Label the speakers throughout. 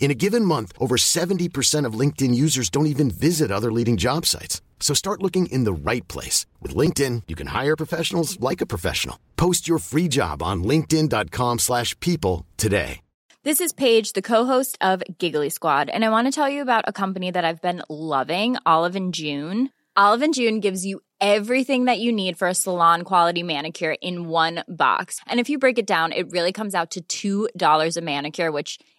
Speaker 1: In a given month, over 70% of LinkedIn users don't even visit other leading job sites. So start looking in the right place. With LinkedIn, you can hire professionals like a professional. Post your free job on linkedin.com/people slash people today.
Speaker 2: This is Paige, the co-host of Giggly Squad, and I want to tell you about a company that I've been loving, Olive and June. Olive and June gives you everything that you need for a salon quality manicure in one box. And if you break it down, it really comes out to $2 a manicure, which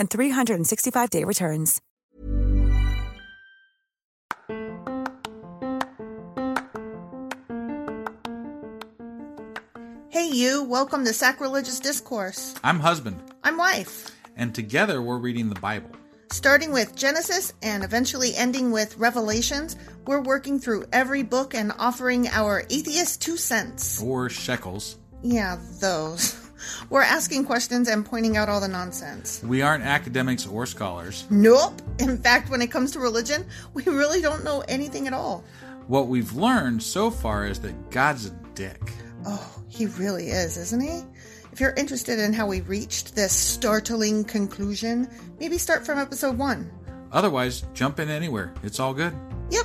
Speaker 3: and 365-day returns.
Speaker 4: Hey, you, welcome to Sacrilegious Discourse.
Speaker 5: I'm husband,
Speaker 4: I'm Wife,
Speaker 5: and together we're reading the Bible.
Speaker 4: starting with Genesis and eventually ending with Revelations. We're working through every book and offering our atheist two cents.
Speaker 5: Or shekels.
Speaker 4: Yeah, those. We're asking questions and pointing out all the nonsense.
Speaker 5: We aren't academics or scholars.
Speaker 4: Nope. In fact, when it comes to religion, we really don't know anything at all.
Speaker 5: What we've learned so far is that God's a dick.
Speaker 4: Oh, he really is, isn't he? If you're interested in how we reached this startling conclusion, maybe start from episode one.
Speaker 5: Otherwise, jump in anywhere. It's all good.
Speaker 4: Yep.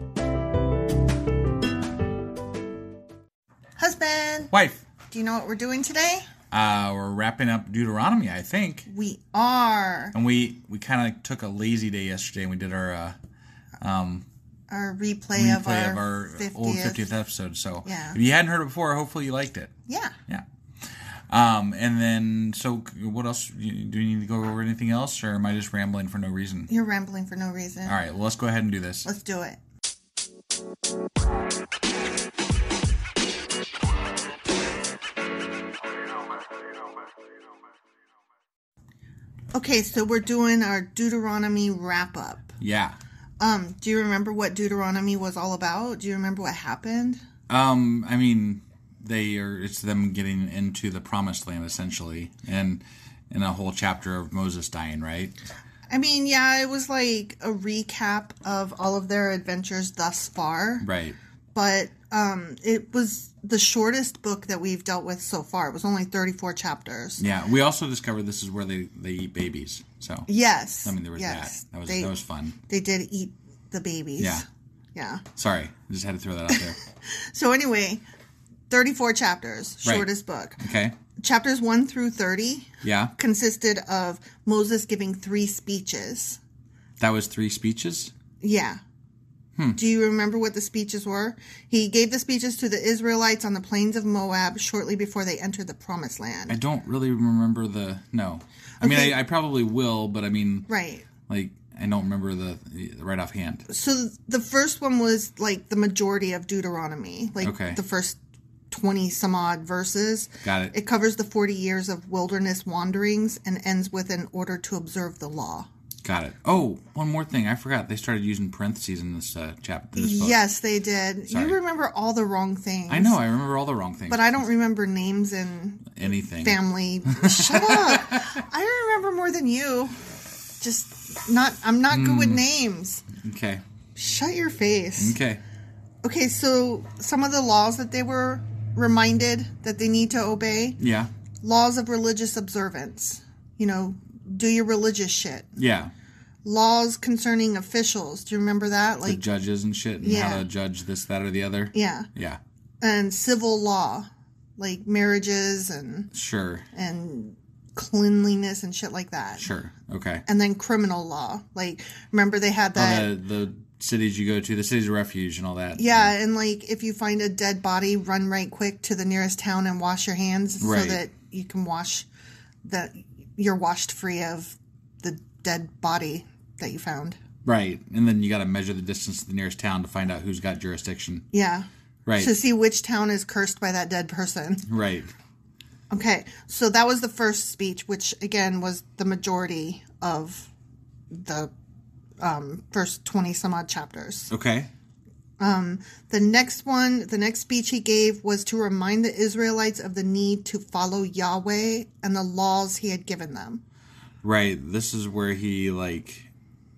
Speaker 4: Husband,
Speaker 5: Wife,
Speaker 4: do you know what we're doing today?
Speaker 5: uh, we're wrapping up Deuteronomy, I think.
Speaker 4: We are
Speaker 5: And we, we kind of took a lazy day yesterday and we did our uh, um,
Speaker 4: our replay,
Speaker 5: replay
Speaker 4: of our,
Speaker 5: old 50th episode. So
Speaker 4: Yeah.
Speaker 5: if you hadn't heard it before, hopefully you liked it.
Speaker 4: Yeah.
Speaker 5: Yeah. Um, and then, so what else? Do you need to go over anything else or am I just rambling for no reason?
Speaker 4: You're rambling for no reason.
Speaker 5: All right, well, let's go ahead and do this.
Speaker 4: Let's do it. Okay, so we're doing our Deuteronomy wrap up.
Speaker 5: Yeah.
Speaker 4: Um, do you remember what Deuteronomy was all about? Do you remember what happened?
Speaker 5: Um, I mean, they are. It's them getting into the promised land essentially, and and a whole chapter of Moses dying, right?
Speaker 4: I mean, yeah, it was like a recap of all of their adventures thus far,
Speaker 5: Right.
Speaker 4: but um, it was the shortest book that we've dealt with so far. It was only 34 chapters.
Speaker 5: Yeah. We also discovered this is where they they eat babies. So
Speaker 4: Yes.
Speaker 5: I mean, there was
Speaker 4: yes.
Speaker 5: that. That was
Speaker 4: they,
Speaker 5: that was fun.
Speaker 4: They did eat the babies.
Speaker 5: Yeah.
Speaker 4: Yeah.
Speaker 5: Sorry, I just had to throw that out there.
Speaker 4: So, anyway, 34 chapters,
Speaker 5: Right.
Speaker 4: shortest book.
Speaker 5: Okay.
Speaker 4: Chapters 1 through 30
Speaker 5: Yeah.
Speaker 4: consisted of Moses giving three speeches.
Speaker 5: That was three speeches.
Speaker 4: Yeah.
Speaker 5: Hmm.
Speaker 4: Do you remember what the speeches were? He gave the speeches to the Israelites on the plains of Moab shortly before they entered the Promised Land.
Speaker 5: I don't really remember the no. I mean,
Speaker 4: Okay.
Speaker 5: I, I probably will, but I mean,
Speaker 4: right.
Speaker 5: like I don't remember the right offhand.
Speaker 4: So the first one was like the majority of Deuteronomy, like
Speaker 5: Okay.
Speaker 4: the first 20 some odd verses.
Speaker 5: Got it.
Speaker 4: It covers the 40 years of wilderness wanderings and ends with an order to observe the law.
Speaker 5: Got it. Oh, one more thing. I forgot. They started using parentheses in this uh, chapter. This book.
Speaker 4: Yes, they did.
Speaker 5: Sorry.
Speaker 4: You remember all the wrong things.
Speaker 5: I know. I remember all the wrong things.
Speaker 4: But I don't remember names and
Speaker 5: anything.
Speaker 4: family. Shut up. I remember more than you. Just not, I'm not good with
Speaker 5: Hmm.
Speaker 4: names.
Speaker 5: Okay.
Speaker 4: Shut your face.
Speaker 5: Okay.
Speaker 4: Okay, so some of the laws that they were reminded that they need to obey
Speaker 5: Yeah.
Speaker 4: laws of religious observance. You know, do your religious shit.
Speaker 5: Yeah.
Speaker 4: Laws concerning officials. Do you remember that?
Speaker 5: The
Speaker 4: Like,
Speaker 5: judges and shit, and how
Speaker 4: Yeah.
Speaker 5: to judge this, that, or the other.
Speaker 4: yeah.
Speaker 5: Yeah.
Speaker 4: And civil law, like marriages and,
Speaker 5: Sure.
Speaker 4: and cleanliness and shit like that.
Speaker 5: Sure. Okay.
Speaker 4: and then criminal law. Like, remember they had that.
Speaker 5: Oh, the the cities you go to, the cities of refuge, and all that.
Speaker 4: yeah, and like if you find a dead body, run right quick to the nearest town and wash your hands
Speaker 5: Right.
Speaker 4: so that you can wash that you're washed free of the dead body that you found.
Speaker 5: Right. And then you got to measure the distance to the nearest town to find out who's got jurisdiction.
Speaker 4: Yeah.
Speaker 5: Right.
Speaker 4: To see which town is cursed by that dead person.
Speaker 5: Right.
Speaker 4: Okay. So that was the first speech, which again was the majority of the um, first 20 some odd chapters.
Speaker 5: Okay.
Speaker 4: The next one, the next speech he gave was to remind the Israelites of the need to follow Yahweh and the laws he had given them.
Speaker 5: Right. This is where he like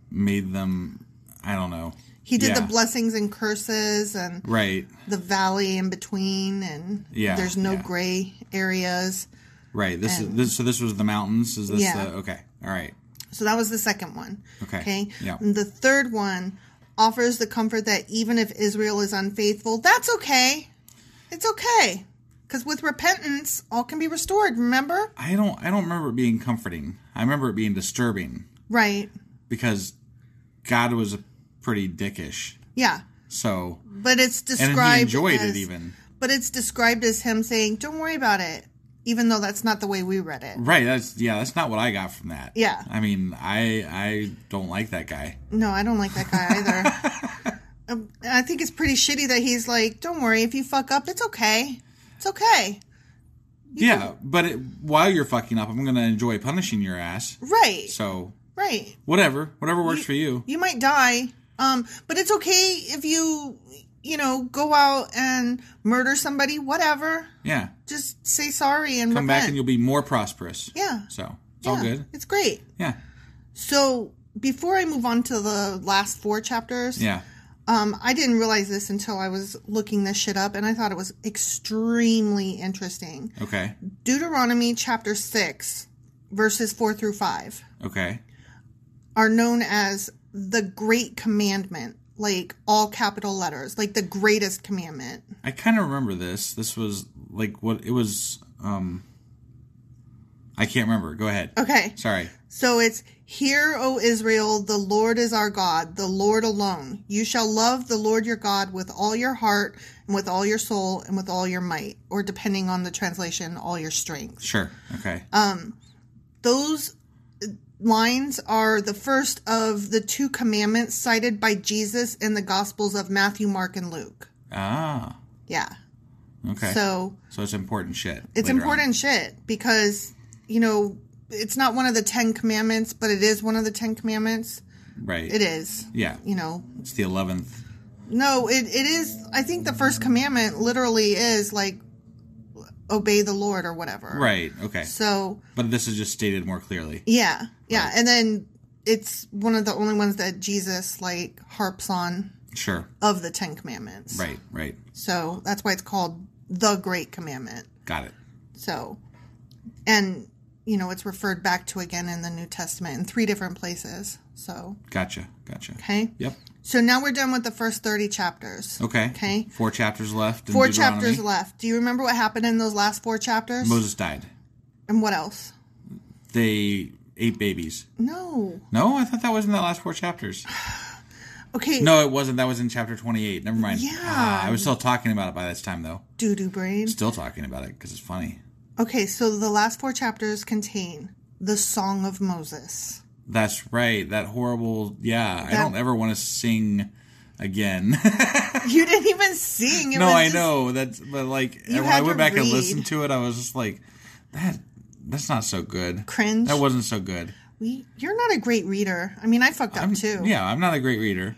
Speaker 5: made them. I don't know.
Speaker 4: He did
Speaker 5: Yeah.
Speaker 4: the blessings and curses and
Speaker 5: Right.
Speaker 4: the valley in between and
Speaker 5: Yeah,
Speaker 4: there's no
Speaker 5: yeah.
Speaker 4: gray areas.
Speaker 5: Right. This is this. So this was the mountains. Is this
Speaker 4: Um, Yeah.
Speaker 5: the okay? All right.
Speaker 4: So that was the second one.
Speaker 5: Okay.
Speaker 4: Okay.
Speaker 5: Yeah.
Speaker 4: And the third one offers the comfort that even if Israel is unfaithful, that's okay. It's okay. Because with repentance, all can be restored, remember?
Speaker 5: I don't. I don't remember it being comforting. I remember it being disturbing
Speaker 4: Right.
Speaker 5: because God was a pretty dickish.
Speaker 4: Yeah.
Speaker 5: So
Speaker 4: But it's described
Speaker 5: and he enjoyed
Speaker 4: as,
Speaker 5: it even.
Speaker 4: But it's described as him saying, "Don't worry about it," even though that's not the way we read it.
Speaker 5: Right. That's yeah. That's not what I got from that.
Speaker 4: Yeah.
Speaker 5: I mean, I I don't like that guy.
Speaker 4: No, I don't like that guy either. um, I think it's pretty shitty that he's like, "Don't worry if you fuck up, it's okay, it's okay."
Speaker 5: yeah. But it, while you're fucking up, I'm gonna enjoy punishing your ass.
Speaker 4: Right,
Speaker 5: So
Speaker 4: right.
Speaker 5: whatever, whatever works for you.
Speaker 4: You might die, um, but it's okay if you, you know, go out and murder somebody, whatever.
Speaker 5: Yeah.
Speaker 4: Just say sorry and
Speaker 5: Come
Speaker 4: repent.
Speaker 5: back and you'll be more prosperous.
Speaker 4: yeah,
Speaker 5: So it's
Speaker 4: yeah,
Speaker 5: all good.
Speaker 4: It's great.
Speaker 5: Yeah.
Speaker 4: So before I move on to the last four chapters,
Speaker 5: Yeah.
Speaker 4: um, I didn't realize this until I was looking this shit up, and I thought it was extremely interesting.
Speaker 5: Okay.
Speaker 4: Deuteronomy chapter six, verses four through five,
Speaker 5: Okay.
Speaker 4: are known as the Great Commandment, like all capital letters, like the greatest commandment.
Speaker 5: I kind of remember this. This was like what it was. Um, I can't remember. Go ahead.
Speaker 4: Okay,
Speaker 5: Sorry.
Speaker 4: So it's Hear, O Israel, the Lord is our God, the Lord alone. You shall love the Lord your God with all your heart and with all your soul and with all your might, or depending on the translation, all your strength.
Speaker 5: Sure. Okay.
Speaker 4: Uh, Those uh, lines are the first of the two commandments cited by Jesus in the Gospels of Matthew, Mark, and Luke.
Speaker 5: ah.
Speaker 4: Yeah.
Speaker 5: Okay. So,
Speaker 4: So
Speaker 5: it's important shit.
Speaker 4: it's
Speaker 5: later on.
Speaker 4: important shit because, you know, it's not one of the Ten Commandments, but it is one of the Ten Commandments.
Speaker 5: Right.
Speaker 4: It is.
Speaker 5: Yeah.
Speaker 4: You know,
Speaker 5: It's the 11th.
Speaker 4: no, it, it is. I think the first commandment literally is like obey the Lord or whatever.
Speaker 5: Right. Okay.
Speaker 4: So,
Speaker 5: But this is just stated more clearly.
Speaker 4: yeah. Yeah. And then it's one of the only ones that Jesus like harps on
Speaker 5: Sure.
Speaker 4: of the Ten Commandments.
Speaker 5: Right. Right.
Speaker 4: So that's why it's called the Great Commandment.
Speaker 5: Got it.
Speaker 4: So, and, you know, it's referred back to again in the New Testament in three different places. So,
Speaker 5: Gotcha. Gotcha.
Speaker 4: okay.
Speaker 5: Yep.
Speaker 4: So now we're done with the first 30 chapters.
Speaker 5: Okay.
Speaker 4: Okay.
Speaker 5: Four chapters left. Oh, in
Speaker 4: Four
Speaker 5: Deuteronomy.
Speaker 4: chapters left. Do you remember what happened in those last four chapters?
Speaker 5: Moses died.
Speaker 4: And what else?
Speaker 5: They ate babies.
Speaker 4: No.
Speaker 5: No, I thought that was in the last four chapters.
Speaker 4: Okay.
Speaker 5: No, it wasn't. That was in chapter 28. Never mind.
Speaker 4: Yeah.
Speaker 5: Ah, I was still talking about it by this time, though.
Speaker 4: Doo doo brain.
Speaker 5: Still talking about it because it's funny.
Speaker 4: Okay. So the last four chapters contain the Song of Moses.
Speaker 5: That's right. That horrible. Yeah. I
Speaker 4: That-
Speaker 5: don't ever want to sing again.
Speaker 4: You didn't even sing. It
Speaker 5: no,
Speaker 4: was
Speaker 5: I
Speaker 4: just-
Speaker 5: know. That's, but like,
Speaker 4: You
Speaker 5: when
Speaker 4: had
Speaker 5: I went
Speaker 4: to
Speaker 5: back and
Speaker 4: read.
Speaker 5: listened to it, I was just like, that. That's not so good.
Speaker 4: Cringe.
Speaker 5: That wasn't so good.
Speaker 4: We, you're not a great reader. I mean, I fucked up
Speaker 5: I'm-
Speaker 4: too.
Speaker 5: Yeah, I'm not a great reader,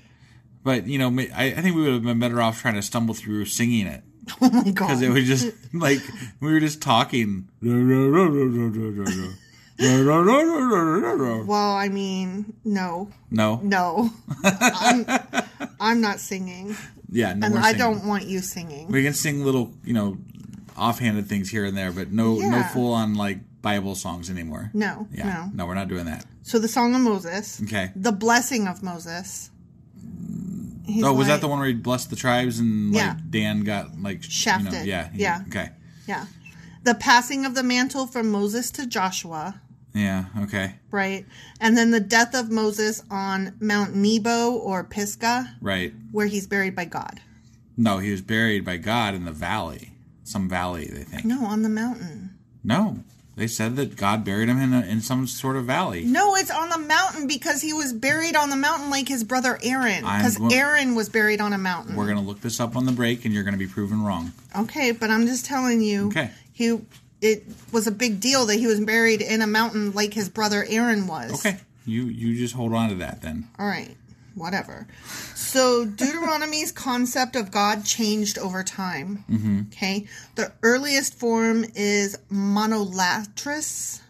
Speaker 5: but you know, ma- I, I think we would have been better off trying to stumble through singing it
Speaker 4: Oh my god.
Speaker 5: because it was just like we were just talking. no,
Speaker 4: well, I mean, no, no. I'm, I'm not singing,
Speaker 5: yeah, no
Speaker 4: and
Speaker 5: more
Speaker 4: I
Speaker 5: singing.
Speaker 4: don't want you singing.
Speaker 5: We can sing little, you know, offhanded things here and there, but no, no
Speaker 4: Yeah.
Speaker 5: full on like Bible songs anymore.
Speaker 4: no,
Speaker 5: Yeah,
Speaker 4: no.
Speaker 5: no, we're not doing that.
Speaker 4: So the Song of Moses.
Speaker 5: Okay.
Speaker 4: The blessing of Moses. He's
Speaker 5: oh, was
Speaker 4: like-
Speaker 5: that the one where he blessed the tribes and like
Speaker 4: Yeah.
Speaker 5: Dan got like you know,
Speaker 4: Shafted.
Speaker 5: yeah, he-
Speaker 4: Yeah.
Speaker 5: Okay.
Speaker 4: Yeah. The passing of the mantle from Moses to Joshua,
Speaker 5: Yeah. Okay.
Speaker 4: right? And then the death of Moses on Mount Nebo or Pisgah,
Speaker 5: Right.
Speaker 4: where he's buried by God.
Speaker 5: No, he was buried by God in the valley, some valley they think.
Speaker 4: No, on the mountain.
Speaker 5: No, they said that God buried him in a, in some sort of valley.
Speaker 4: No, it's on the mountain because he was buried on the mountain like his brother Aaron.
Speaker 5: I'm
Speaker 4: Because
Speaker 5: go-
Speaker 4: Aaron was buried on a mountain.
Speaker 5: We're gonna look this up on the break, and you're gonna be proven wrong.
Speaker 4: Okay, but I'm just telling you.
Speaker 5: Okay.
Speaker 4: He it was a big deal that he was buried in a mountain like his brother Aaron was.
Speaker 5: Okay, you you just hold on to that then.
Speaker 4: All right. Whatever. So Deuteronomy's concept of God changed over time.
Speaker 5: Mm-hmm.
Speaker 4: Okay. The earliest form is monolatrous.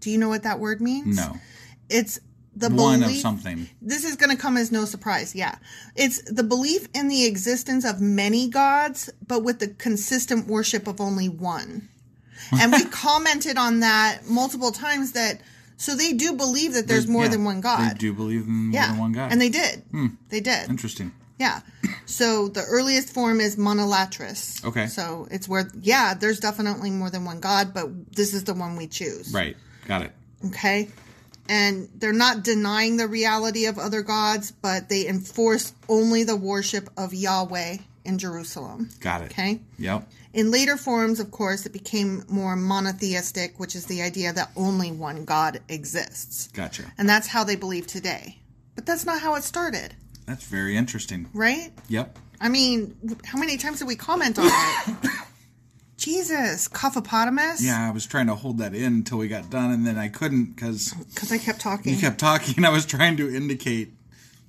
Speaker 4: Do you know what that word means?
Speaker 5: No,
Speaker 4: It's the
Speaker 5: one of
Speaker 4: belief
Speaker 5: something.
Speaker 4: this is going to come as no surprise. Yeah. It's the belief in the existence of many gods, but with the consistent worship of only one. And we commented on that multiple times that so they do believe that there's, more
Speaker 5: Yeah,
Speaker 4: than one God.
Speaker 5: They do believe in more
Speaker 4: yeah.
Speaker 5: than one God. Hmm.
Speaker 4: And they did. They did.
Speaker 5: interesting.
Speaker 4: Yeah. So the earliest form is monolatrous.
Speaker 5: Okay.
Speaker 4: So it's where, yeah, there's definitely more than one God, but this is the one we choose.
Speaker 5: Right, got it.
Speaker 4: Okay. And they're not denying the reality of other gods, but they enforce only the worship of Yahweh in Jerusalem.
Speaker 5: Got it.
Speaker 4: Okay.
Speaker 5: Yep.
Speaker 4: In later forms, of course, it became more monotheistic, which is the idea that only one God exists.
Speaker 5: Gotcha.
Speaker 4: And that's how they believe today. But that's not how it started,
Speaker 5: That's very interesting.
Speaker 4: right?
Speaker 5: Yep.
Speaker 4: I mean, how many times did we comment on it? Jesus, Cophopotamus?
Speaker 5: Yeah, I was trying to hold that in until we got done, and then I couldn't because
Speaker 4: Because I kept talking.
Speaker 5: you kept talking. I was trying to indicate,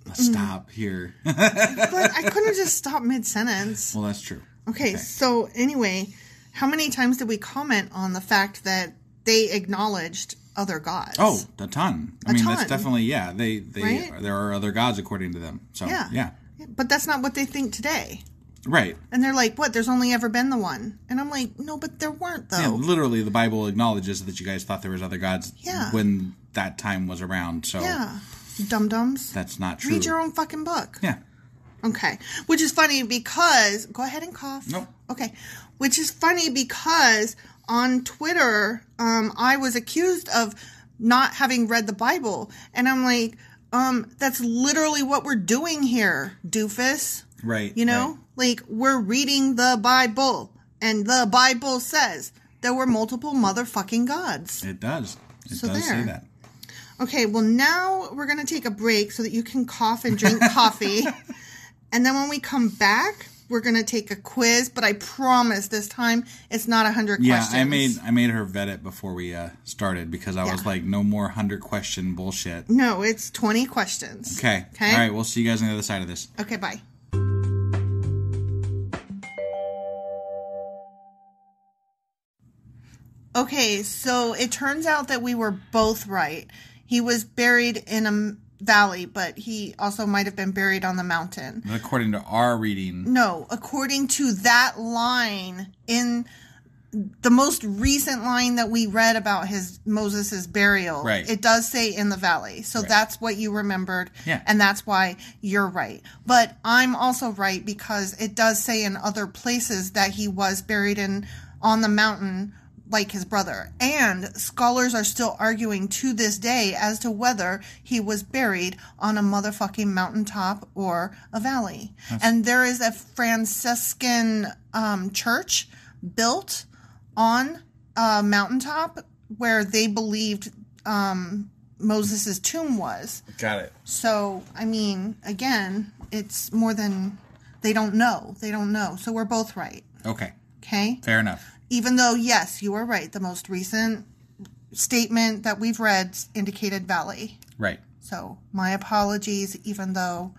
Speaker 5: let's stop here.
Speaker 4: But I couldn't just stop mid sentence.
Speaker 5: well, that's true.
Speaker 4: Okay, so anyway, how many times did we comment on the fact that they acknowledged other gods?
Speaker 5: Oh, a ton. I
Speaker 4: A
Speaker 5: mean,
Speaker 4: ton.
Speaker 5: that's definitely yeah. They they
Speaker 4: Right?
Speaker 5: there are other gods according to them. So
Speaker 4: Yeah.
Speaker 5: yeah,
Speaker 4: But that's not what they think today.
Speaker 5: right.
Speaker 4: And they're like, what? There's only ever been the one. And I'm like, no, but there weren't, though.
Speaker 5: Yeah, literally, the Bible acknowledges that you guys thought there was other gods
Speaker 4: Yeah.
Speaker 5: when that time was around. So
Speaker 4: Yeah. Dum dums.
Speaker 5: that's not true.
Speaker 4: Read your own fucking book.
Speaker 5: yeah,
Speaker 4: Okay. Which is funny because go ahead and cough.
Speaker 5: Nope.
Speaker 4: Okay. Which is funny because on Twitter, um, I was accused of not having read the Bible, and I'm like, um, that's literally what we're doing here, doofus.
Speaker 5: right.
Speaker 4: You know, like we're reading the Bible, and the Bible says there were multiple motherfucking gods.
Speaker 5: right. it does. It
Speaker 4: So
Speaker 5: does
Speaker 4: there.
Speaker 5: say that.
Speaker 4: Okay, well, now we're going to take a break so that you can cough and drink coffee. And then when we come back, we're going to take a quiz, but I promise this time it's not 100
Speaker 5: Yeah,
Speaker 4: questions.
Speaker 5: I made I made her vet it before we uh, started because I was like, no more hundred question bullshit.
Speaker 4: No, it's 20 questions.
Speaker 5: Okay.
Speaker 4: Okay.
Speaker 5: All right. We'll see you guys on the other side of this.
Speaker 4: Okay, bye. Okay, so it turns out that we were both right. He was buried in a m- valley, but he also might have been buried on the mountain.
Speaker 5: According to our reading,
Speaker 4: No, according to that line in the most recent line that we read about his Moses' burial,
Speaker 5: Right.
Speaker 4: it does say in the valley. So that's what you remembered.
Speaker 5: Yeah.
Speaker 4: And that's why you're right. But I'm also right because it does say in other places that he was buried in on the mountain like his brother. And scholars are still arguing to this day as to whether he was buried on a motherfucking mountaintop or a valley. and there is a Franciscan um, church built on a mountaintop where they believed um, Moses' tomb was.
Speaker 5: got it.
Speaker 4: So, I mean, again, it's more than they don't know. They don't know. So we're both right.
Speaker 5: Okay.
Speaker 4: Okay.
Speaker 5: Fair enough.
Speaker 4: Even though, yes, you are right. The most recent statement that we've read indicated Valley.
Speaker 5: Right.
Speaker 4: So my apologies, even though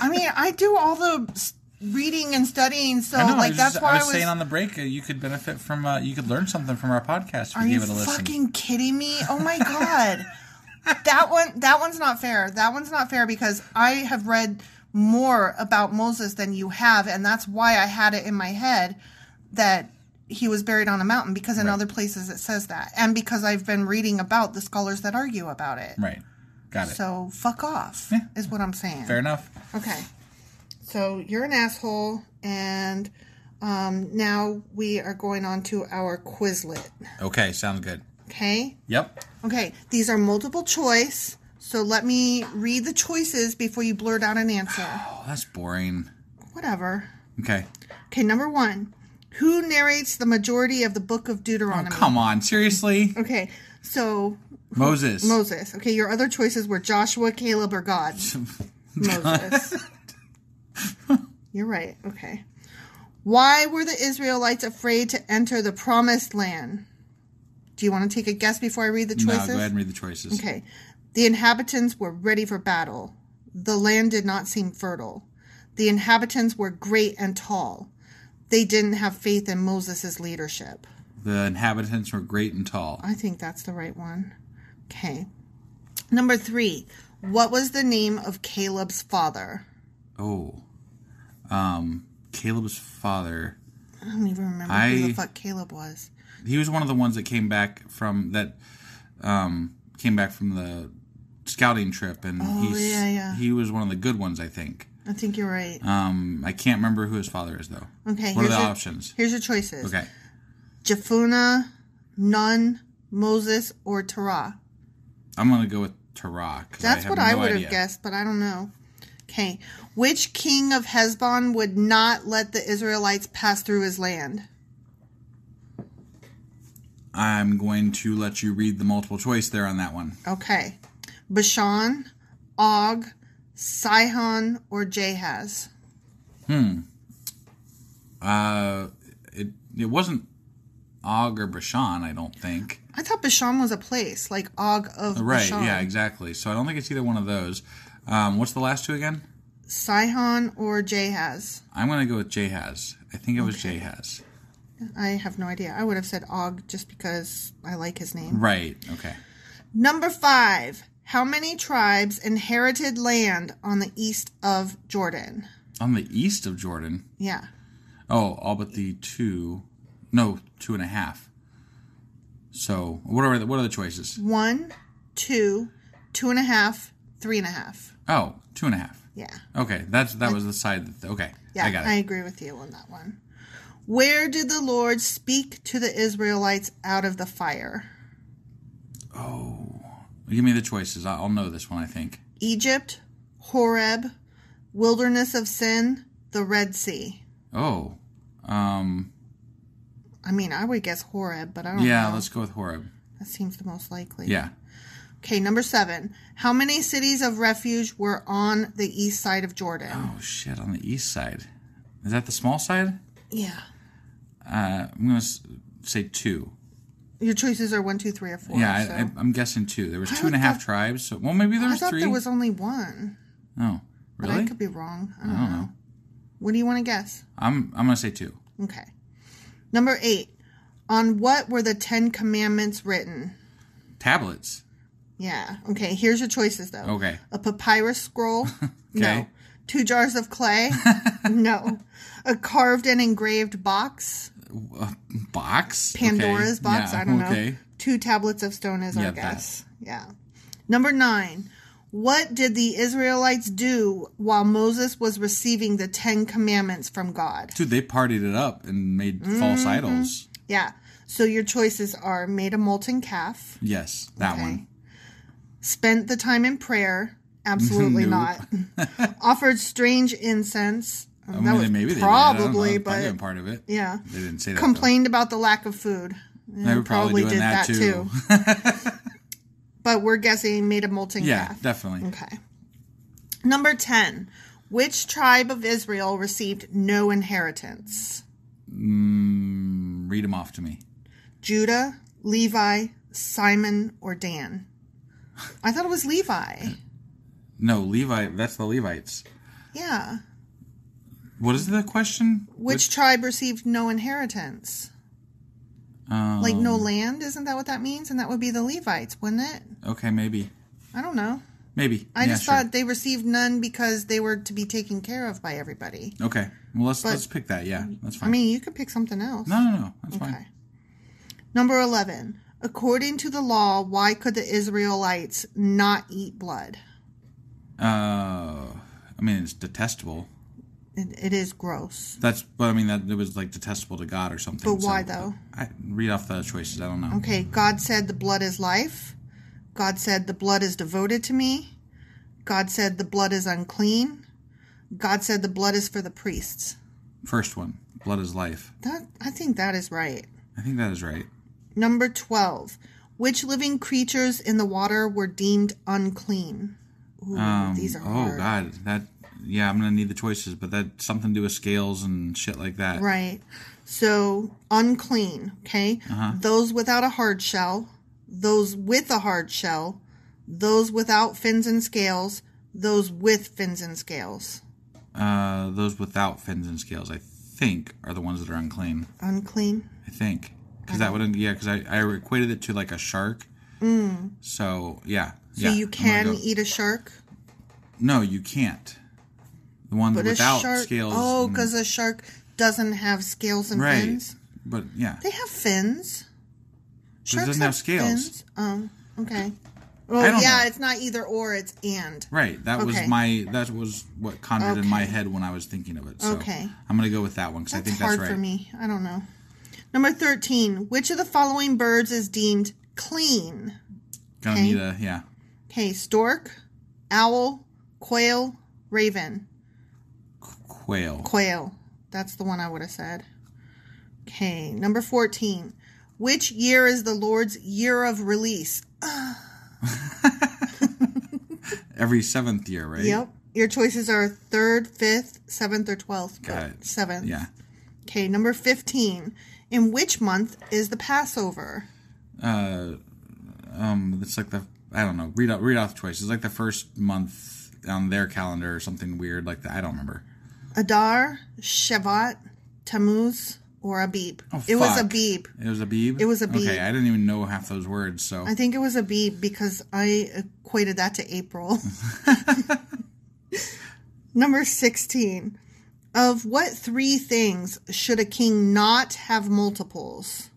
Speaker 4: I mean, I do all the s- reading and studying. So,
Speaker 5: I know. I
Speaker 4: like,
Speaker 5: was,
Speaker 4: that's
Speaker 5: just-
Speaker 4: why
Speaker 5: I was, saying on the break, uh, you could benefit from, uh, you could learn something from our podcast if
Speaker 4: Are
Speaker 5: you
Speaker 4: you
Speaker 5: gave it a listen.
Speaker 4: fucking kidding me? Oh my god. that one that one's not fair. That one's not fair because I have read more about Moses than you have and that's why I had it in my head that he was buried on a mountain because in other places it says that and because I've been reading about the scholars that argue about it.
Speaker 5: right. Got it.
Speaker 4: So fuck off is what I'm saying.
Speaker 5: Fair enough.
Speaker 4: Okay. So you're an asshole and um, now we are going on to our Quizlet.
Speaker 5: Okay. Sounds good.
Speaker 4: Okay?
Speaker 5: Yep.
Speaker 4: Okay, these are multiple choice. So let me read the choices before you blurt out an answer.
Speaker 5: Oh, that's boring.
Speaker 4: Whatever.
Speaker 5: Okay.
Speaker 4: Okay, number one. Who narrates the majority of the book of Deuteronomy?
Speaker 5: Oh, Come on. Seriously?
Speaker 4: Okay, so
Speaker 5: Moses.
Speaker 4: Moses. Okay, your other choices were Joshua, Caleb, or God. Moses. You're right. Okay. Why were the Israelites afraid to enter the promised land? Do you want to take a guess before I read the
Speaker 5: no, go
Speaker 4: choices?
Speaker 5: ahead and read the choices.
Speaker 4: Okay. The inhabitants were ready for battle. The land did not seem fertile. The inhabitants were great and tall. They didn't have faith in Moses' leadership.
Speaker 5: The inhabitants were great and tall.
Speaker 4: I think that's the right one. Okay. Number three. What was the name of Caleb's father?
Speaker 5: Oh. Um, Caleb's father.
Speaker 4: I don't even remember who
Speaker 5: I-
Speaker 4: the fuck Caleb was.
Speaker 5: He was one of the ones that came back from that um came back from the scouting trip and he's,
Speaker 4: Oh, yeah, yeah.
Speaker 5: he was one of the good ones, I think.
Speaker 4: I think you're right.
Speaker 5: Um I can't remember who his father is though.
Speaker 4: Okay.
Speaker 5: What are
Speaker 4: here's
Speaker 5: the
Speaker 4: your,
Speaker 5: options?
Speaker 4: Here's your choices.
Speaker 5: Okay.
Speaker 4: Jephunneh, Nun, Moses, or Terah.
Speaker 5: I'm gonna go with Tarah. 'cause
Speaker 4: That's
Speaker 5: have
Speaker 4: what
Speaker 5: no
Speaker 4: I would
Speaker 5: idea.
Speaker 4: have guessed, but I don't know. Okay. Which king of Hezbon would not let the Israelites pass through his land?
Speaker 5: I'm going to let you read the multiple choice there on that one.
Speaker 4: Okay. Bashan, Og, Sihon, or Jahaz?
Speaker 5: Uh it it wasn't Og or Bashan, I don't think.
Speaker 4: I thought Bashan was a place, like Og of
Speaker 5: Right,
Speaker 4: Bashan.
Speaker 5: yeah, exactly. So I don't think it's either one of those. Um, what's the last two again?
Speaker 4: Sihon or Jahaz?
Speaker 5: I'm going to go with Jahaz. I think it was Jahaz.
Speaker 4: I have no idea. I would have said Og just because I like his name.
Speaker 5: Right, okay.
Speaker 4: Number five. How many tribes inherited land on the east of Jordan?
Speaker 5: On the east of Jordan.
Speaker 4: Yeah.
Speaker 5: Oh, all but the two. No, two and a half. So what are the, what are the choices?
Speaker 4: One, two, two and a half, three and a half.
Speaker 5: Oh, two and a half.
Speaker 4: Yeah.
Speaker 5: Okay, that's that was the side. That, okay,
Speaker 4: Yeah.
Speaker 5: I got it.
Speaker 4: agree with you on that one. Where did the Lord speak to the Israelites out of the fire?
Speaker 5: oh, give me the choices. I- I'll know this one. I think.
Speaker 4: Egypt, Horeb, wilderness of sin, the Red Sea.
Speaker 5: Oh, um,
Speaker 4: I mean, I would guess Horeb, but I don't
Speaker 5: yeah.
Speaker 4: know.
Speaker 5: Let's go with Horeb.
Speaker 4: That seems the most likely.
Speaker 5: Yeah.
Speaker 4: Okay, number seven. How many cities of refuge were on the east side of Jordan?
Speaker 5: Oh shit! On the east side. Is that the small side?
Speaker 4: Yeah.
Speaker 5: Uh, I'm gonna s- say two.
Speaker 4: Your choices are one, two, three, or four.
Speaker 5: yeah,
Speaker 4: so.
Speaker 5: I, I, I'm guessing two. There was
Speaker 4: I
Speaker 5: two and a
Speaker 4: thought-
Speaker 5: half tribes. So, well, maybe there
Speaker 4: I
Speaker 5: was
Speaker 4: thought
Speaker 5: three.
Speaker 4: there was only one,
Speaker 5: oh,
Speaker 4: but
Speaker 5: really?
Speaker 4: I could be wrong. I don't, know. What do you want to guess?
Speaker 5: I'm I'm gonna say two.
Speaker 4: Okay. Number eight. On what were the Ten Commandments written?
Speaker 5: Tablets.
Speaker 4: Yeah. Okay. Here's your choices, though.
Speaker 5: Okay.
Speaker 4: A papyrus scroll. No.
Speaker 5: Okay.
Speaker 4: Two jars of clay. no. A carved and engraved box.
Speaker 5: Box. Okay.
Speaker 4: Pandora's box.
Speaker 5: Yeah,
Speaker 4: I don't know.
Speaker 5: Okay.
Speaker 4: Two tablets of stone is
Speaker 5: Yeah,
Speaker 4: our
Speaker 5: that.
Speaker 4: guess. Yeah. Number nine. What did the Israelites do while Moses was receiving the Ten Commandments from God?
Speaker 5: Dude, they partied it up and made false
Speaker 4: Mm-hmm.
Speaker 5: idols.
Speaker 4: Yeah. So your choices are made a molten calf,
Speaker 5: Yes, that
Speaker 4: Okay.
Speaker 5: one.
Speaker 4: spent the time in prayer. Absolutely
Speaker 5: Nope.
Speaker 4: not. Offered strange incense.
Speaker 5: I
Speaker 4: Um,
Speaker 5: mean,
Speaker 4: that
Speaker 5: they-
Speaker 4: was
Speaker 5: maybe they did. I don't know.
Speaker 4: probably,
Speaker 5: That might have been
Speaker 4: but
Speaker 5: part of it.
Speaker 4: yeah.
Speaker 5: They didn't say that. though.
Speaker 4: Complained about the lack of food.
Speaker 5: They were probably, doing that, too.
Speaker 4: But we're guessing made a molten
Speaker 5: yeah,
Speaker 4: calf.
Speaker 5: definitely.
Speaker 4: Okay. Number 10. Which tribe of Israel received no inheritance?
Speaker 5: Mm, read them off to me.
Speaker 4: Judah, Levi, Simon, or Dan? I thought it was Levi.
Speaker 5: No, Levi. That's the Levites.
Speaker 4: Yeah.
Speaker 5: What is the question?
Speaker 4: Which tribe received no inheritance?
Speaker 5: Um,
Speaker 4: Like no land? Isn't that what that means? And that would be the Levites, wouldn't it?
Speaker 5: Okay, maybe,
Speaker 4: I don't know.
Speaker 5: maybe.
Speaker 4: I
Speaker 5: Yeah,
Speaker 4: just
Speaker 5: sure.
Speaker 4: thought they received none because they were to be taken care of by everybody.
Speaker 5: Okay. Well, let's
Speaker 4: But-
Speaker 5: let's pick that. Yeah, that's fine.
Speaker 4: I mean, you could pick something else.
Speaker 5: no, no, no. That's
Speaker 4: Okay.
Speaker 5: fine.
Speaker 4: Number 11. According to the law, why could the Israelites not eat blood?
Speaker 5: Uh, I mean, it's detestable.
Speaker 4: It, it is gross.
Speaker 5: That's. But I mean, that it was like detestable to God or something.
Speaker 4: But why,
Speaker 5: so-
Speaker 4: though?
Speaker 5: I read off the choices. I don't know.
Speaker 4: Okay, God said the blood is life. God said the blood is devoted to me. God said the blood is unclean. God said the blood is for the priests.
Speaker 5: First one. Blood is life.
Speaker 4: That I think that is right.
Speaker 5: I think that is right.
Speaker 4: Number 12. Which living creatures in the water were deemed unclean? Ooh,
Speaker 5: Um,
Speaker 4: these are
Speaker 5: oh
Speaker 4: hard.
Speaker 5: God, that yeah, I'm gonna need the choices, but that something to do with scales and shit like that.
Speaker 4: Right. So unclean, okay?
Speaker 5: Uh-huh.
Speaker 4: Those without a hard shell, those with a hard shell, those without fins and scales, those with fins and scales.
Speaker 5: Uh, those without fins and scales, I think, are the ones that are unclean.
Speaker 4: Unclean.
Speaker 5: I think because that wouldn't yeah, because I I equated it to like a shark. Mm. So yeah,
Speaker 4: So
Speaker 5: yeah,
Speaker 4: you
Speaker 5: I'm gonna
Speaker 4: can
Speaker 5: go-
Speaker 4: eat a shark,
Speaker 5: No, you can't. The ones
Speaker 4: but
Speaker 5: without
Speaker 4: a shark.
Speaker 5: scales.
Speaker 4: oh,
Speaker 5: and-
Speaker 4: because a shark doesn't have scales and
Speaker 5: right,
Speaker 4: fins.
Speaker 5: but yeah,
Speaker 4: They have fins.
Speaker 5: But it doesn't have scales.
Speaker 4: Fins. Oh, okay.
Speaker 5: I
Speaker 4: Well,
Speaker 5: don't
Speaker 4: yeah,
Speaker 5: know.
Speaker 4: it's not either or. It's and.
Speaker 5: right. That
Speaker 4: Okay.
Speaker 5: was my that was what conjured in my
Speaker 4: Okay.
Speaker 5: head when I was thinking of it. So
Speaker 4: Okay.
Speaker 5: I'm gonna go with that one because I
Speaker 4: That's
Speaker 5: think that's
Speaker 4: hard
Speaker 5: right.
Speaker 4: for me. I don't know. Number 13. Which of the following birds is deemed clean?
Speaker 5: Gonna
Speaker 4: Okay.
Speaker 5: need a yeah.
Speaker 4: Okay, stork, owl, quail, raven.
Speaker 5: Quail.
Speaker 4: Quail. That's the one I would have said. Okay, number 14. Which year is the Lord's year of release?
Speaker 5: Every seventh year, right?
Speaker 4: Yep. Your choices are 3rd, 5th, 7th, or 12th.
Speaker 5: Got
Speaker 4: but
Speaker 5: it.
Speaker 4: 7th.
Speaker 5: Yeah.
Speaker 4: Okay, number 15. In which month is the Passover?
Speaker 5: Uh, um, it's like the I don't know. Read off read off the choices. It's like the first month on their calendar or something weird like that. I don't remember.
Speaker 4: Adar, Shavat, Tammuz, or Abib.
Speaker 5: Oh,
Speaker 4: it was
Speaker 5: fuck.
Speaker 4: Abib.
Speaker 5: It was a beeb.
Speaker 4: It was Abib.
Speaker 5: Okay, I didn't even know half those words. So
Speaker 4: I think it was Abib because I equated that to April. Number 16. Of what three things should a king not have multiples?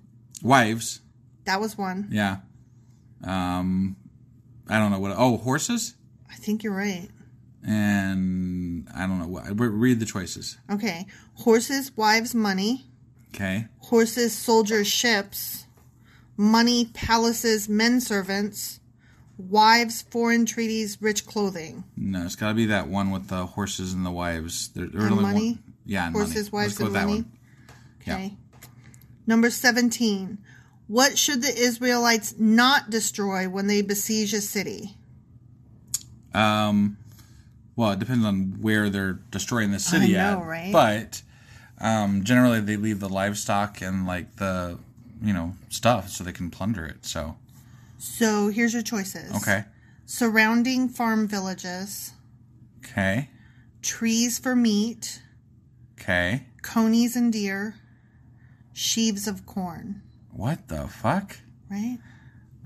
Speaker 5: wives.
Speaker 4: That was one.
Speaker 5: Yeah. Um, I don't know what. Oh, horses
Speaker 4: I think you're right.
Speaker 5: and I don't know what. re- Read the choices.
Speaker 4: Okay. Horses, wives, money.
Speaker 5: Okay.
Speaker 4: horses, soldiers, ships, money, palaces, men servants, wives, foreign treaties, rich clothing.
Speaker 5: No, it's got to be that one with the horses and the wives. There, there
Speaker 4: And
Speaker 5: only
Speaker 4: money?
Speaker 5: One, yeah, and
Speaker 4: Horses,
Speaker 5: money. Let's
Speaker 4: wives,
Speaker 5: go
Speaker 4: and
Speaker 5: with that
Speaker 4: money?
Speaker 5: one. Yeah.
Speaker 4: Okay. Number 17. What should the Israelites not destroy when they besiege a city?
Speaker 5: Um, well, it depends on where they're destroying the city
Speaker 4: know,
Speaker 5: at.
Speaker 4: right?
Speaker 5: But Um, generally, they leave the livestock and like the you know stuff so they can plunder it. So
Speaker 4: So here's your choices.
Speaker 5: okay,
Speaker 4: Surrounding farm villages,
Speaker 5: okay,
Speaker 4: trees for meat,
Speaker 5: okay.
Speaker 4: conies and deer, sheaves of corn.
Speaker 5: What the fuck?
Speaker 4: Right?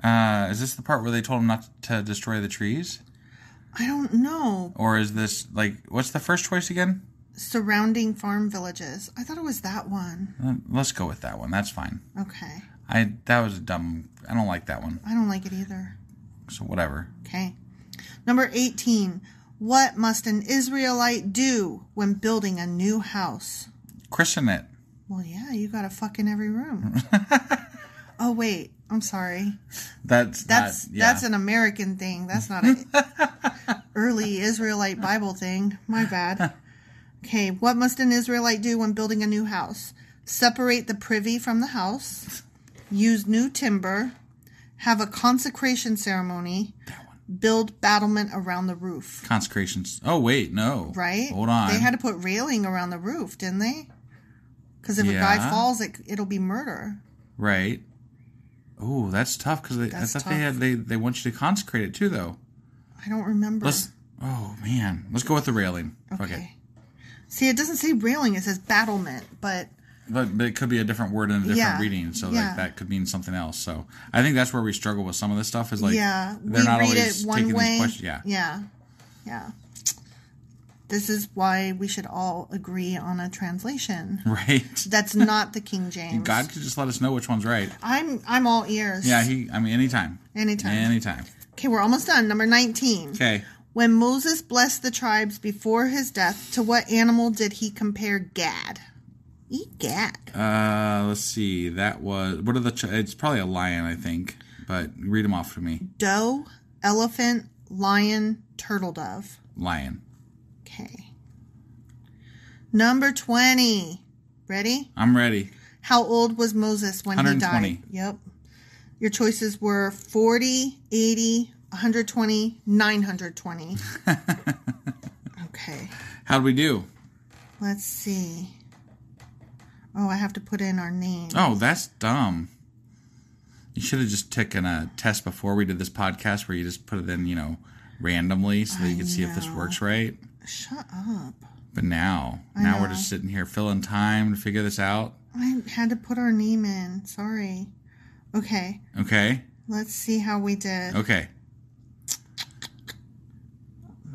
Speaker 5: Uh, is this the part where they told him not to destroy the trees,
Speaker 4: I don't know.
Speaker 5: or is this like what's the first choice again?
Speaker 4: Surrounding farm villages. I thought it was that one.
Speaker 5: Uh, Let's go with that one. That's fine.
Speaker 4: Okay.
Speaker 5: I that was a dumb. I don't like that one.
Speaker 4: I don't like it either.
Speaker 5: So whatever.
Speaker 4: Okay. Number 18. What must an Israelite do when building a new house?
Speaker 5: Christen it.
Speaker 4: Well, yeah, you got to fuck in every room. oh, wait. I'm sorry.
Speaker 5: That's
Speaker 4: That's
Speaker 5: that, yeah.
Speaker 4: that's an American thing. That's not an early Israelite Bible thing. My bad. Okay, what must an Israelite do when building a new house? Separate the privy from the house, use new timber, have a consecration ceremony, build battlement around the roof.
Speaker 5: consecrations. Oh wait, no.
Speaker 4: Right?
Speaker 5: Hold on.
Speaker 4: They had to put railing around the roof, didn't they? Because if a guy
Speaker 5: Yeah.
Speaker 4: falls, it, it'll be murder.
Speaker 5: right. Oh, that's tough because I
Speaker 4: That's
Speaker 5: thought they had
Speaker 4: tough.
Speaker 5: they they want you to consecrate it too though.
Speaker 4: I don't remember.
Speaker 5: Let's. Oh man, let's go with the railing. Fuck it.
Speaker 4: Okay. See, it doesn't say railing; it says battlement. But
Speaker 5: But, but it could be a different word and a different
Speaker 4: Yeah.
Speaker 5: reading, so
Speaker 4: Yeah.
Speaker 5: like that could mean something else. So I think that's where we struggle with some of this stuff. Is like
Speaker 4: yeah, we
Speaker 5: they're not
Speaker 4: read
Speaker 5: always
Speaker 4: it one
Speaker 5: taking
Speaker 4: way.
Speaker 5: these questions. Yeah,
Speaker 4: yeah, yeah. This is why we should all agree on a translation.
Speaker 5: right.
Speaker 4: That's not the King James.
Speaker 5: God could just let us know which one's right.
Speaker 4: I'm I'm all ears.
Speaker 5: Yeah, he. I mean, anytime,
Speaker 4: Anytime.
Speaker 5: anytime.
Speaker 4: okay, we're almost done. Number nineteen.
Speaker 5: Okay.
Speaker 4: When Moses blessed the tribes before his death, to what animal did he compare Gad? Eat Gad.
Speaker 5: Uh, let's see. That was what are the? Ch- it's probably a lion, I think. But read them off to me.
Speaker 4: Doe, elephant, lion, turtle dove.
Speaker 5: Lion.
Speaker 4: Okay. Number 20. Ready?
Speaker 5: I'm ready.
Speaker 4: How old was Moses when he
Speaker 5: 120.
Speaker 4: died? Yep. Your choices were 40, 80, 120, 920. okay.
Speaker 5: How'd we do?
Speaker 4: Let's see. Oh, I have to put in our name.
Speaker 5: Oh, that's dumb. You should have just taken a test before we did this podcast, where you just put it in, you know, randomly, so that you could see if this works right.
Speaker 4: Shut up.
Speaker 5: But now, now we're just sitting here filling time to figure this out.
Speaker 4: I had to put our name in. Sorry. Okay.
Speaker 5: Okay.
Speaker 4: Let's see how we did.
Speaker 5: Okay.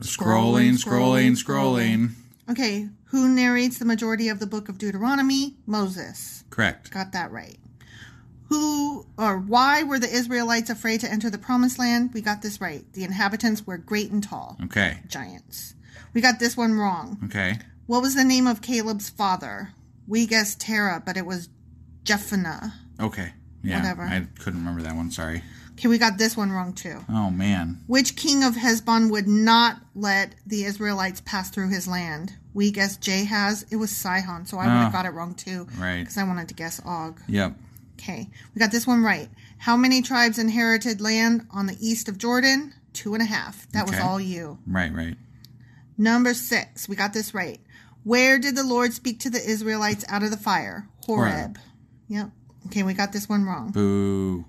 Speaker 5: Scrolling, scrolling, scrolling.
Speaker 4: Okay, who narrates the majority of the book of Deuteronomy? Moses.
Speaker 5: Correct.
Speaker 4: Got that right. Who or why were the Israelites afraid to enter the promised land? We got this right. The inhabitants were great and tall,
Speaker 5: Okay.
Speaker 4: giants. We got this one wrong.
Speaker 5: Okay.
Speaker 4: What was the name of Caleb's father? We guessed Terah, but it was Jephunneh.
Speaker 5: Okay. Yeah.
Speaker 4: Whatever.
Speaker 5: I couldn't remember that one. Sorry.
Speaker 4: Okay, we got this one wrong too.
Speaker 5: Oh man.
Speaker 4: Which king of Hezbon would not let the Israelites pass through his land? We guessed Jahaz. It was Sihon, so I would have
Speaker 5: Oh.
Speaker 4: got it wrong too.
Speaker 5: Right.
Speaker 4: Because I wanted to guess Og.
Speaker 5: Yep.
Speaker 4: Okay, we got this one right. How many tribes inherited land on the east of Jordan? Two and a half. That was
Speaker 5: Okay.
Speaker 4: all you.
Speaker 5: Right. Right.
Speaker 4: Number six, we got this right. Where did the Lord speak to the Israelites out of the fire? Horeb.
Speaker 5: Horeb.
Speaker 4: Yep. Okay, we got this one wrong.
Speaker 5: Boo.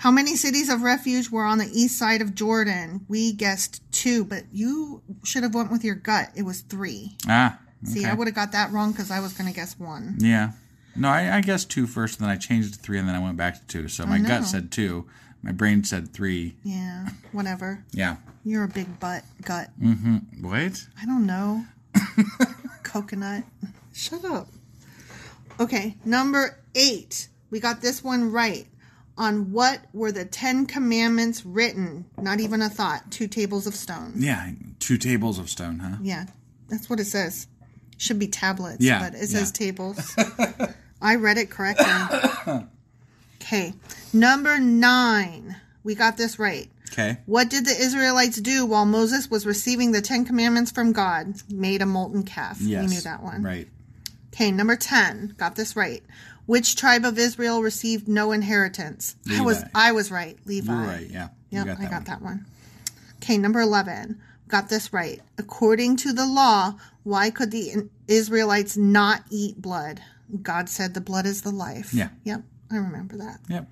Speaker 4: How many cities of refuge were on the east side of Jordan? We guessed two, but you should have went with your gut. It was three.
Speaker 5: Ah.
Speaker 4: See, I would have got that wrong because I was going to guess one.
Speaker 5: Yeah. No, I, I guessed two first, and then I changed it to three, and then I went back to two. So my gut said two, my brain said three.
Speaker 4: Yeah, whatever.
Speaker 5: Yeah.
Speaker 4: You're a big butt gut.
Speaker 5: What?
Speaker 4: I don't know. Coconut. Shut up. Okay, number eight. We got this one right. On what were the Ten Commandments written? Not even a thought. Two tables of stone.
Speaker 5: Yeah. Two tables of stone, huh?
Speaker 4: Yeah, that's what it says. Should be tablets,
Speaker 5: Yeah,
Speaker 4: but it says
Speaker 5: yeah.
Speaker 4: tables. I read it correctly. okay, number nine. We got this right.
Speaker 5: Okay.
Speaker 4: What did the Israelites do while Moses was receiving the Ten Commandments from God? Made a molten calf.
Speaker 5: Yes.
Speaker 4: We knew that one.
Speaker 5: Right.
Speaker 4: Okay, number 10. Got this right. Which tribe of Israel received no inheritance? I was
Speaker 5: Levi.
Speaker 4: I was right. Levi.
Speaker 5: You're right. Yeah. you
Speaker 4: Yep,
Speaker 5: got
Speaker 4: I
Speaker 5: that
Speaker 4: got
Speaker 5: one.
Speaker 4: that one. Okay, number 11. got this right. According to the law, why could the Israelites not eat blood? God said the blood is the life.
Speaker 6: Yeah.
Speaker 4: Yep. I remember that.
Speaker 6: Yep.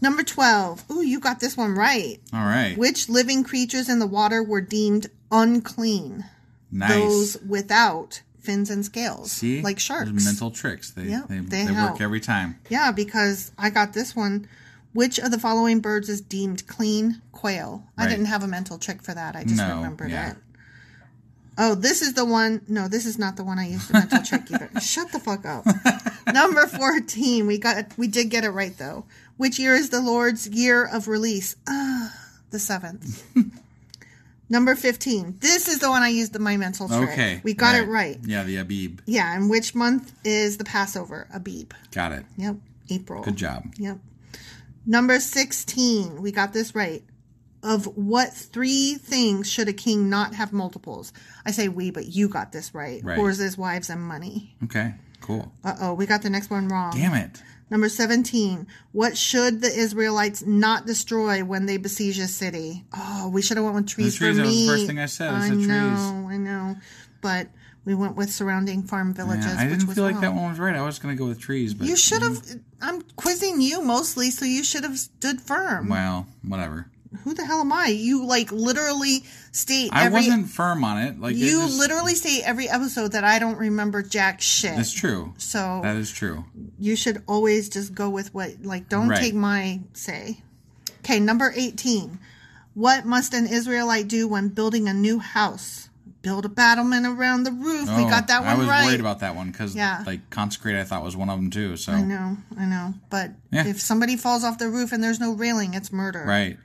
Speaker 4: Number 12. Ooh, you got this one right.
Speaker 6: All right.
Speaker 4: Which living creatures in the water were deemed unclean?
Speaker 6: nice.
Speaker 4: Those without fins and scales,
Speaker 6: See,
Speaker 4: like sharks.
Speaker 6: Those mental tricks. They
Speaker 4: Yep,
Speaker 6: they,
Speaker 4: they
Speaker 6: they, work
Speaker 4: help.
Speaker 6: every time.
Speaker 4: Yeah, because I got this one. Which of the following birds is deemed clean? Quail. I
Speaker 6: Right.
Speaker 4: didn't have a mental trick for that. I just
Speaker 6: No,
Speaker 4: remembered
Speaker 6: yeah.
Speaker 4: it. Oh, this is the one. No, this is not the one I used the mental trick either. Shut the fuck up. Number 14. We got we did get it right though. Which year is the Lord's year of release? Ah, the 7th. Number 15. This is the one I used the my mental trick.
Speaker 6: Okay.
Speaker 4: We got it
Speaker 6: all
Speaker 4: right.
Speaker 6: Yeah, the Abib.
Speaker 4: Yeah, and which month is the Passover? Abib.
Speaker 6: Got it.
Speaker 4: Yep. April.
Speaker 6: Good job.
Speaker 4: Yep. Number 16. We got this right. Of what three things should a king not have multiples? I say we, but you got this right.
Speaker 6: Right.
Speaker 4: Horses, wives, and money.
Speaker 6: Okay. Cool.
Speaker 4: Uh oh, we got the next one wrong.
Speaker 6: Damn it.
Speaker 4: Number 17. What should the Israelites not destroy when they besiege a city? Oh, we should have went with trees,
Speaker 6: trees,
Speaker 4: for
Speaker 6: that was the
Speaker 4: me.
Speaker 6: first thing I said. I said trees.
Speaker 4: know, I know. But we went with surrounding farm villages,
Speaker 6: Yeah, I
Speaker 4: which
Speaker 6: didn't
Speaker 4: was
Speaker 6: feel like that
Speaker 4: wrong.
Speaker 6: one was right. I was gonna go with trees, but
Speaker 4: You should have. I'm quizzing you mostly, so you should have stood firm.
Speaker 6: Well, whatever.
Speaker 4: Who the hell am I? You like literally state
Speaker 6: I
Speaker 4: every.
Speaker 6: wasn't firm on it. Like it
Speaker 4: you
Speaker 6: just-
Speaker 4: literally say every episode that I don't remember jack shit.
Speaker 6: That's true.
Speaker 4: So
Speaker 6: That is true.
Speaker 4: you should always just go with what like. Don't
Speaker 6: Right.
Speaker 4: take my say. Okay, number eighteen. What must an Israelite do when building a new house? Build a battlement around the roof. we
Speaker 6: Oh,
Speaker 4: got that one
Speaker 6: I was
Speaker 4: right.
Speaker 6: worried about that one because
Speaker 4: Yeah.
Speaker 6: like consecrate, I thought was one of them too. So
Speaker 4: I know, I know. But
Speaker 6: Yeah.
Speaker 4: if somebody falls off the roof and there's no railing, it's murder.
Speaker 6: right,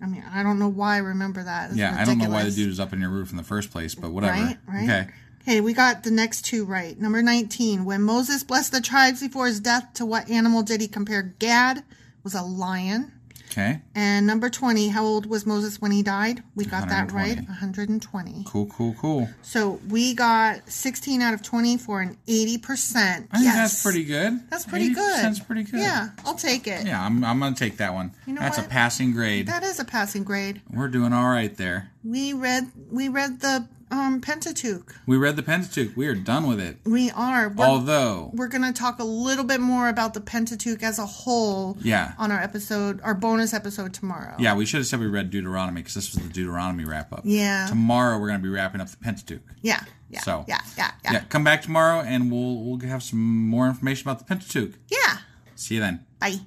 Speaker 4: I mean, I don't know why I remember that. It's
Speaker 6: yeah, I don't know why the
Speaker 4: ridiculous.
Speaker 6: dude was up in your roof in the first place, but whatever.
Speaker 4: Right, right.
Speaker 6: Okay,
Speaker 4: Okay, we got the next two right. Number 19. When Moses blessed the tribes before his death, to what animal did he compare Gad? It was a lion.
Speaker 6: okay,
Speaker 4: And number 20. How old was Moses when he died? We got that right. 120.
Speaker 6: cool, cool, cool.
Speaker 4: So we got 16 out of 20 for an 80%.
Speaker 6: I think
Speaker 4: yes.
Speaker 6: that's pretty good.
Speaker 4: That's pretty good.
Speaker 6: That's pretty good.
Speaker 4: Yeah, I'll take it.
Speaker 6: yeah. I'm, I'm gonna take that one.
Speaker 4: know
Speaker 6: that's a
Speaker 4: what?
Speaker 6: passing grade.
Speaker 4: That is a passing grade.
Speaker 6: We're doing all right there.
Speaker 4: We read we read the um, Pentateuch.
Speaker 6: We read the Pentateuch. We are done with it.
Speaker 4: We are. We're-
Speaker 6: Although,
Speaker 4: we're going to talk a little bit more about the Pentateuch as a whole
Speaker 6: Yeah.
Speaker 4: on our episode, our bonus episode tomorrow.
Speaker 6: yeah, we should have said we read Deuteronomy because this was the Deuteronomy wrap up.
Speaker 4: Yeah.
Speaker 6: Tomorrow we're gonna be wrapping up the Pentateuch.
Speaker 4: Yeah. Yeah.
Speaker 6: So-
Speaker 4: yeah, yeah,
Speaker 6: Yeah.
Speaker 4: yeah.
Speaker 6: come back tomorrow and we'll we'll have some more information about the Pentateuch.
Speaker 4: Yeah.
Speaker 6: See you then.
Speaker 4: Bye.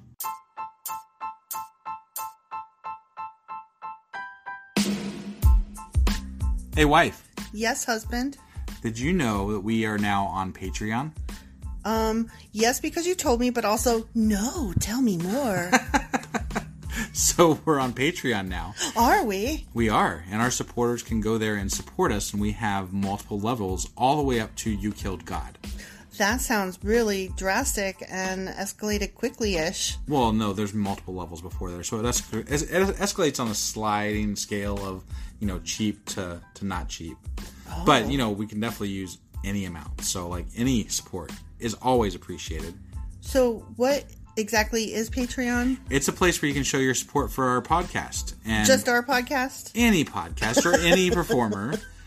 Speaker 5: Hey, wife,
Speaker 4: Yes, husband.
Speaker 5: did you know that we are now on Patreon?
Speaker 4: Um, yes, because you told me, but also, no, tell me more.
Speaker 5: So we're on Patreon now.
Speaker 4: Are we?
Speaker 5: We are, and our supporters can go there and support us, and we have multiple levels all the way up to You Killed God.
Speaker 4: That sounds really drastic and escalated quickly ish.
Speaker 5: Well, no, there's multiple levels before there, so it, es- it escalates on a sliding scale of you know cheap to to not cheap. But you know we can definitely use any amount, so like any support is always appreciated.
Speaker 4: So, what exactly is Patreon?
Speaker 5: It's a place where you can show your support for our podcast and
Speaker 4: Just our podcast?
Speaker 5: any podcast or any performer.